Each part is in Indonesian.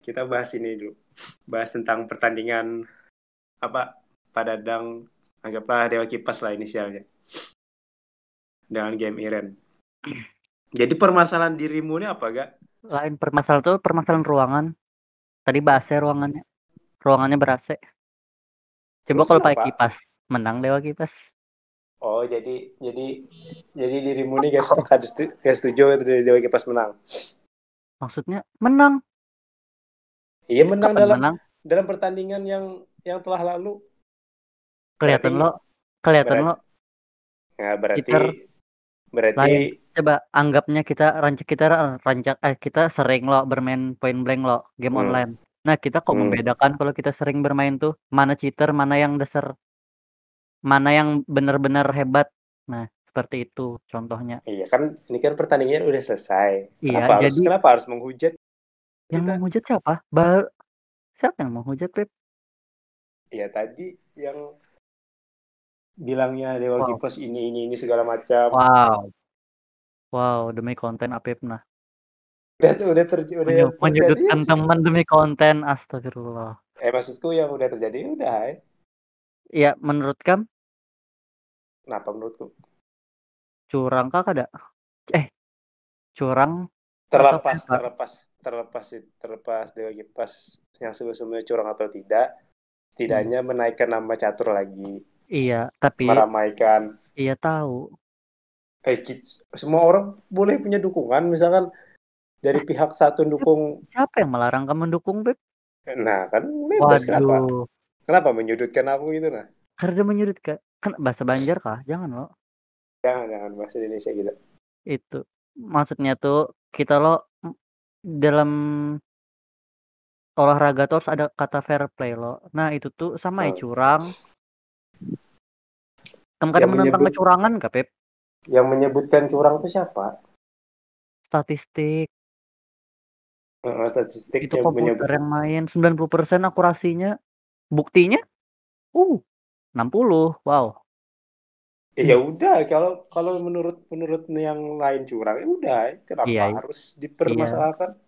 kita bahas ini dulu. Bahas tentang pertandingan apa Padadang anggaplah Dewa Kipas lah inisialnya. Dengan game Iren. Jadi permasalahan dirimu ini apa gak? Lain permasalahan tuh permasalahan ruangan. Tadi bahasnya ruangannya. Ruangannya berase. Coba Terus kalau pakai kenapa? kipas, menang Dewa kipas. Oh jadi jadi jadi dirimu ini gak setuju, gak setuju itu dari Dewa Kipas menang. Maksudnya menang. Iya menang Kapan dalam menang? dalam pertandingan yang yang telah lalu. Kelihatan berarti- lo. Kelihatan berarti- lo. Nah, berarti Kiper berarti lain. Coba anggapnya kita rancak kita ra- rancak eh kita sering lo bermain point blank lo game Hmm. online. Nah, kita kok Hmm. membedakan kalau kita sering bermain tuh mana cheater, mana yang dasar mana yang benar-benar hebat. Nah, seperti itu contohnya. iya kan ini kan pertandingan udah selesai. Iya, kenapa harus jadi kenapa harus menghujat? yang kita? menghujat siapa? Baru siapa yang menghujat, Pip? Ya tadi yang bilangnya Dewa Wow. Kipas ini ini ini segala macam. Wow. Wow, demi konten Apip nah. Udah udah terjadi udah Menyu- terjadi menyudutkan sih. teman demi konten, astagfirullah. Eh maksudku yang udah terjadi ya udah. eh. Ya, menurut kamu Kenapa menurutku? curang kah ada? Eh, curang Terlepas apa? terlepas terlepas terlepas Dewa Kipas yang sebelumnya curang atau tidak, setidaknya menaikkan nama catur lagi, Hmm. iya, tapi meramaikan iya tahu. eh kit- semua orang boleh punya dukungan misalkan dari pihak satu dukung Siapa yang melarang kamu mendukung, Beb? nah kan bebas kenapa Waduh. kenapa menyudutkan aku gitu nah Karena dia menyudutkan. Kan bahasa Banjar kah? Jangan lo. jangan Nah, jangan bahasa Indonesia gitu Itu maksudnya tuh kita lo mm, dalam olahraga tuh harus ada kata fair play lo. Nah, itu tuh sama ya Hmm. curang. Kamu kan Yang menentang menyebut- kecurangan kah, Beb? yang menyebutkan curang itu siapa Statistik Eh, statistik itu yang komputer menyebut yang main 90% akurasinya. Buktinya? Uh, 60. Wow. Eh, ya udah kalau kalau menurut menurut yang lain curang ya udah kenapa Iya, iya. harus dipermasalahkan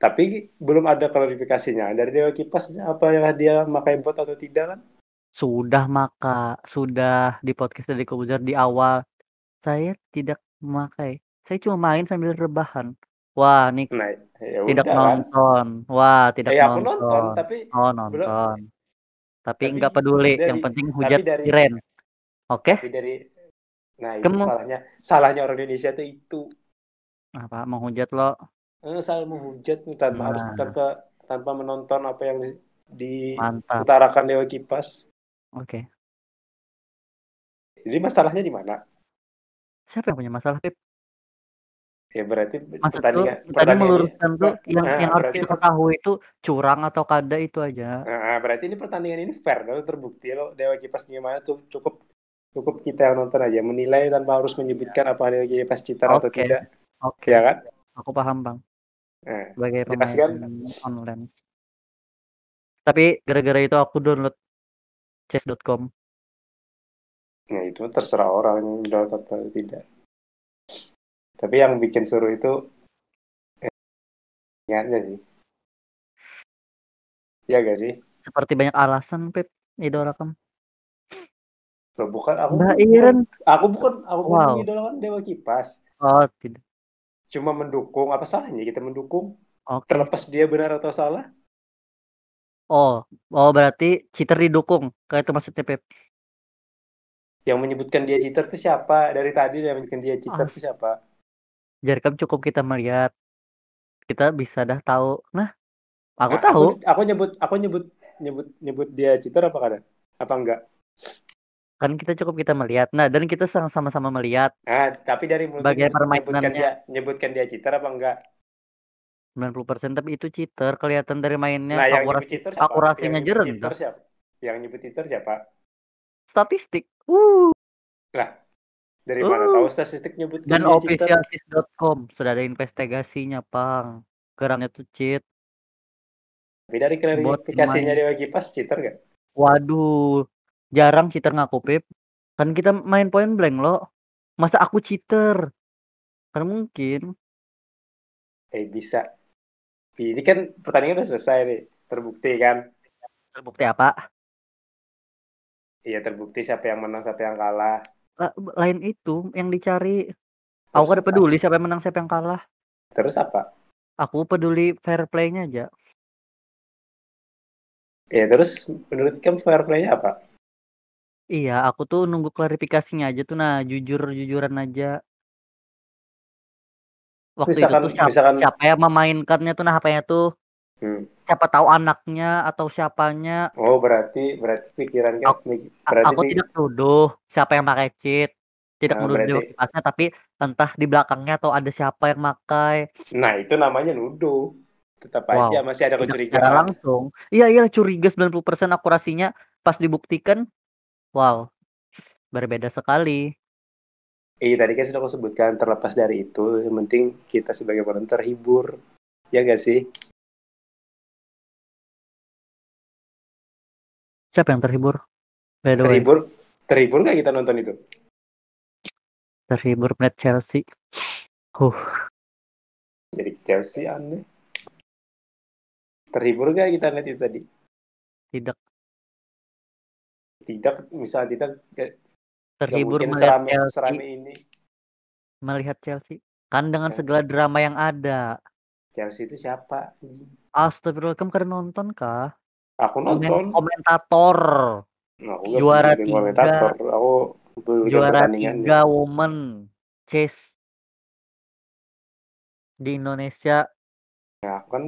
tapi belum ada klarifikasinya dari Dewa Kipas apa yang dia pakai bot atau tidak kan sudah maka sudah di podcast dari Kobuzer di awal saya tidak memakai saya cuma main sambil rebahan wah nih nah ya tidak udah kan nonton wah tidak Eh, aku nonton nonton tapi oh nonton tapi Tapi nggak peduli dari- yang penting tapi hujat dari- Iren oke Tapi dari nah itu Kamu- salahnya salahnya orang Indonesia tuh itu apa menghujat lo eh, salah menghujat nih, tanpa Nah. harus tanpa tanpa menonton apa yang di- Iya. mantap diutarakan Dewa Kipas. oke Jadi masalahnya di mana? siapa yang punya masalah Pip? Ya berarti maksud tuh pertandingan tadi pertandingan ini, meluruskan tuh yang nah, yang harus berarti- kita tahu itu curang atau kada itu aja Nah, berarti ini pertandingan ini fair kalau terbukti ya, kalau Dewa Kipas gimana tuh cukup cukup kita yang nonton aja menilai tanpa harus menyebutkan apa Dewa Kipas citar atau Oke. tidak, oke ya kan? aku paham bang Eh, sebagai jelas pemain kan? online tapi gara-gara itu aku download chess.com Nah itu terserah orang yang download atau tidak. Tapi yang bikin seru itu eh, niatnya sih. Ya gak sih? seperti banyak alasan Pip idolakan Loh, bukan aku Mbak bukan- Iren aku bukan aku bukan Wow. mengidolakan Dewa Kipas. oh tidak Cuma mendukung apa salahnya kita mendukung oke terlepas dia benar atau salah? oh oh berarti cheater didukung kayak itu maksudnya Pip Yang menyebutkan dia cheater itu siapa? Dari tadi yang menyebutkan dia cheater Ah. itu siapa? Jarkam kan cukup kita melihat kita bisa dah tahu nah aku Nah, tahu Aku, aku nyebut aku nyebut nyebut nyebut dia cheater apa kada? Apa enggak? kan kita cukup kita melihat nah dan kita sang- sama-sama melihat Ah, tapi dari mulut Bagai nyebut- nyebutkan permainannya. dia nyebutkan dia cheater apa enggak? 90% tapi itu cheater kelihatan dari mainnya Nah, yang akurasi- nyebut cheater siapa? akurasinya yang nyebut jeren, cheater siapa? Yang nyebut cheater siapa? statistik uh Dari Uh. mana tahu statistik nyebut dia dan cheater? officialsis.com sudah ada investigasinya pang gerannya tuh cheat Tapi dari klarifikasinya Bot Dewa Kipas cheater enggak? waduh jarang cheater ngaku pip kan kita main point blank lo masa aku cheater kan mungkin Eh bisa. Ini kan pertandingan udah selesai nih, terbukti kan? Terbukti apa? Iya terbukti siapa yang menang, siapa yang kalah. Eh, Lain itu yang dicari. Terus Aku kada apa? peduli siapa yang menang siapa yang kalah. Terus apa? Aku peduli fair play-nya aja. Ya terus menurut kamu fair play-nya apa? Iya, aku tuh nunggu klarifikasinya aja tuh nah jujur-jujuran aja. Waktu Misalkan- itu tuh siapa, misalkan- siapa yang memainkannya tuh nah hapanya tuh Hmm. siapa tahu anaknya atau siapanya. Oh berarti berarti pikiran kamu A- berarti aku pi- tidak tuduh siapa yang pakai cheat. Tidak Nah, menuduh berarti- dia kipasnya tapi entah di belakangnya atau ada siapa yang makai. Nah itu namanya nuduh. Tetap Wow. aja masih ada Tidak secara kecurigaan. langsung. Iya iya curiga 90% akurasinya pas dibuktikan. Wow. Berbeda sekali. Iya tadi kan sudah aku sebutkan terlepas dari itu yang penting kita sebagai penonton terhibur ya gak sih? Siapa yang terhibur? By the way, Terhibur terhibur gak kita nonton itu? terhibur melihat Chelsea. Jadi Chelsea aneh. Terhibur gak kita lihat itu tadi? Tidak Tidak misalnya tidak gak, terhibur mungkin melihat serame, Chelsea, serame ini. melihat Chelsea. Kan dengan Chelsea. segala drama yang ada. Chelsea itu siapa? Astagfirullah, kamu keren nonton kah? Aku Komen- nonton. komentator, Nah, aku gak Juara peduli tiga. komentator. Aku peduli juara pertandingannya. tiga woman chase di Indonesia. Nah, aku kan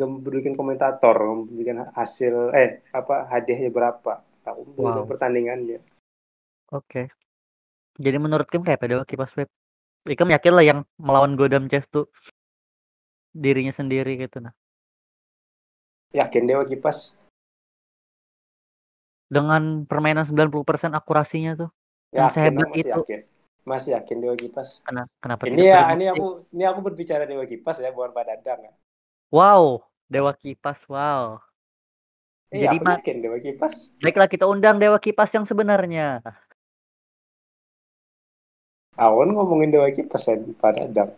gak mempedulikan komentator, mempedulikan hasil eh apa hadiahnya berapa. Aku mempedulikan Wow. pertandingannya. Oke. Jadi menurut kamu kayak pada kipas web. Ikam yakin lah yang melawan Godam Chase tuh dirinya sendiri gitu nah. Yakin Dewa Kipas? Dengan permainan 90% akurasinya tuh. Yang Yakin, sehebat masih itu. yakin. Masih yakin Dewa Kipas. Kena, kenapa Ini tidak ya, terbukti? ini aku ini aku berbicara Dewa Kipas ya, bukan Pak Dadang ya. Wow, Dewa Kipas, wow. Eh, Jadi, aku Pak- yakin Dewa Kipas. Baiklah kita undang Dewa Kipas yang sebenarnya. Awan kan ngomongin Dewa Kipas ya, Pak Dadang.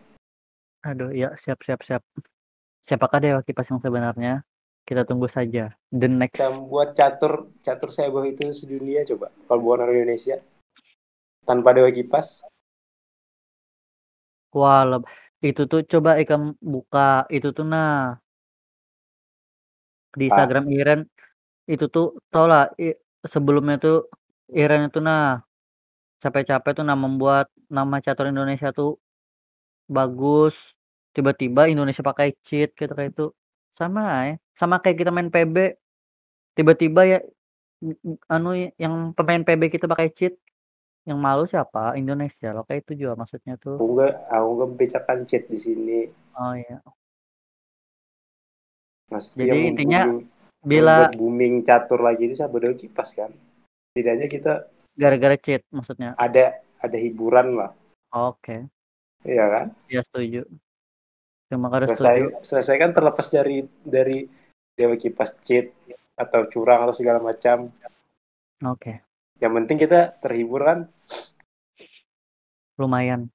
Aduh, ya siap siap siap. Siapakah Dewa Kipas yang sebenarnya? Kita tunggu saja. The next. Bisa buat catur catur seboh itu sedunia coba. Kalau bukan orang Indonesia tanpa Dewa Kipas. Wah, leb- itu tuh coba ikam buka itu tuh nah Ah. di Instagram Iren itu tuh tau lah i- sebelumnya tuh Iren itu nah capek-capek tuh nah membuat nama catur Indonesia tuh bagus. Tiba-tiba Indonesia pakai cheat gitu kayak itu. Sama ya. Sama kayak kita main PB. Tiba-tiba ya n- n- anu y- yang pemain PB kita pakai cheat. Yang malu siapa? Indonesia loh kayak itu juga maksudnya tuh. Aku nggak aku nggak membicarakan chat di sini. Oh iya. Maksudku Jadi yang intinya, booming- Bila membuat booming catur lagi itu siapa Dewa Kipas kan. Tidaknya kita gara-gara cheat maksudnya. ada ada hiburan lah, Oke, ya kan? ya setuju. Cuma kada setuju. Selesai selesai kan terlepas dari dari Dewa Kipas chat atau curang atau segala macam. Oke, Yang penting kita terhibur kan. lumayan.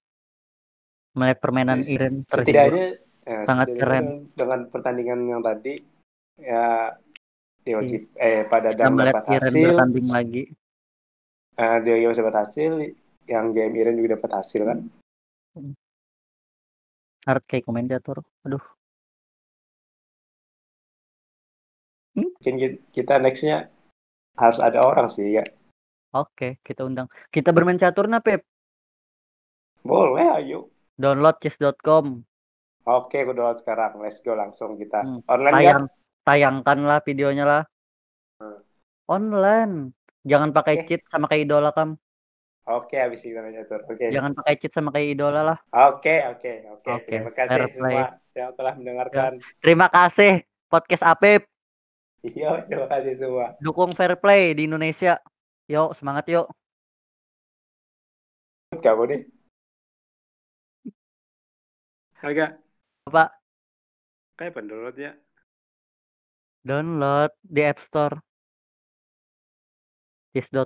Melihat permainan Jadi, Iren terhibur. setidaknya eh, Sangat setidaknya keren. dengan, dengan pertandingan yang tadi ya Dewa Iya. Kip- eh pada Kita Dadang melihat dapat Iren hasil bertanding lagi. eh, Dewa Kipas dapat hasil yang game Iren juga dapat hasil kan Harus kayak komentator. Aduh, mungkin ki- kita nextnya harus ada orang sih ya oke, kita undang. Kita bermain catur nah, Pep. boleh ayo Download chess.com. oke aku download sekarang let's go langsung kita Hmm. online kan Tayang tayangkanlah videonya lah. Online. Jangan pakai Hmm. Oke. cheat sama kayak idola kam. oke habis ini kita main catur oke Jangan pakai cheat sama kayak idola lah. oke oke oke Ya. Oke, terima kasih fair play. Ya. semua yang telah mendengarkan Terima kasih podcast Apep. iya terima kasih semua Dukung fair play di Indonesia. Yuk, semangat yuk. kamu nih agak Apa? kayak pendownloadnya Download di App Store. Chess.com.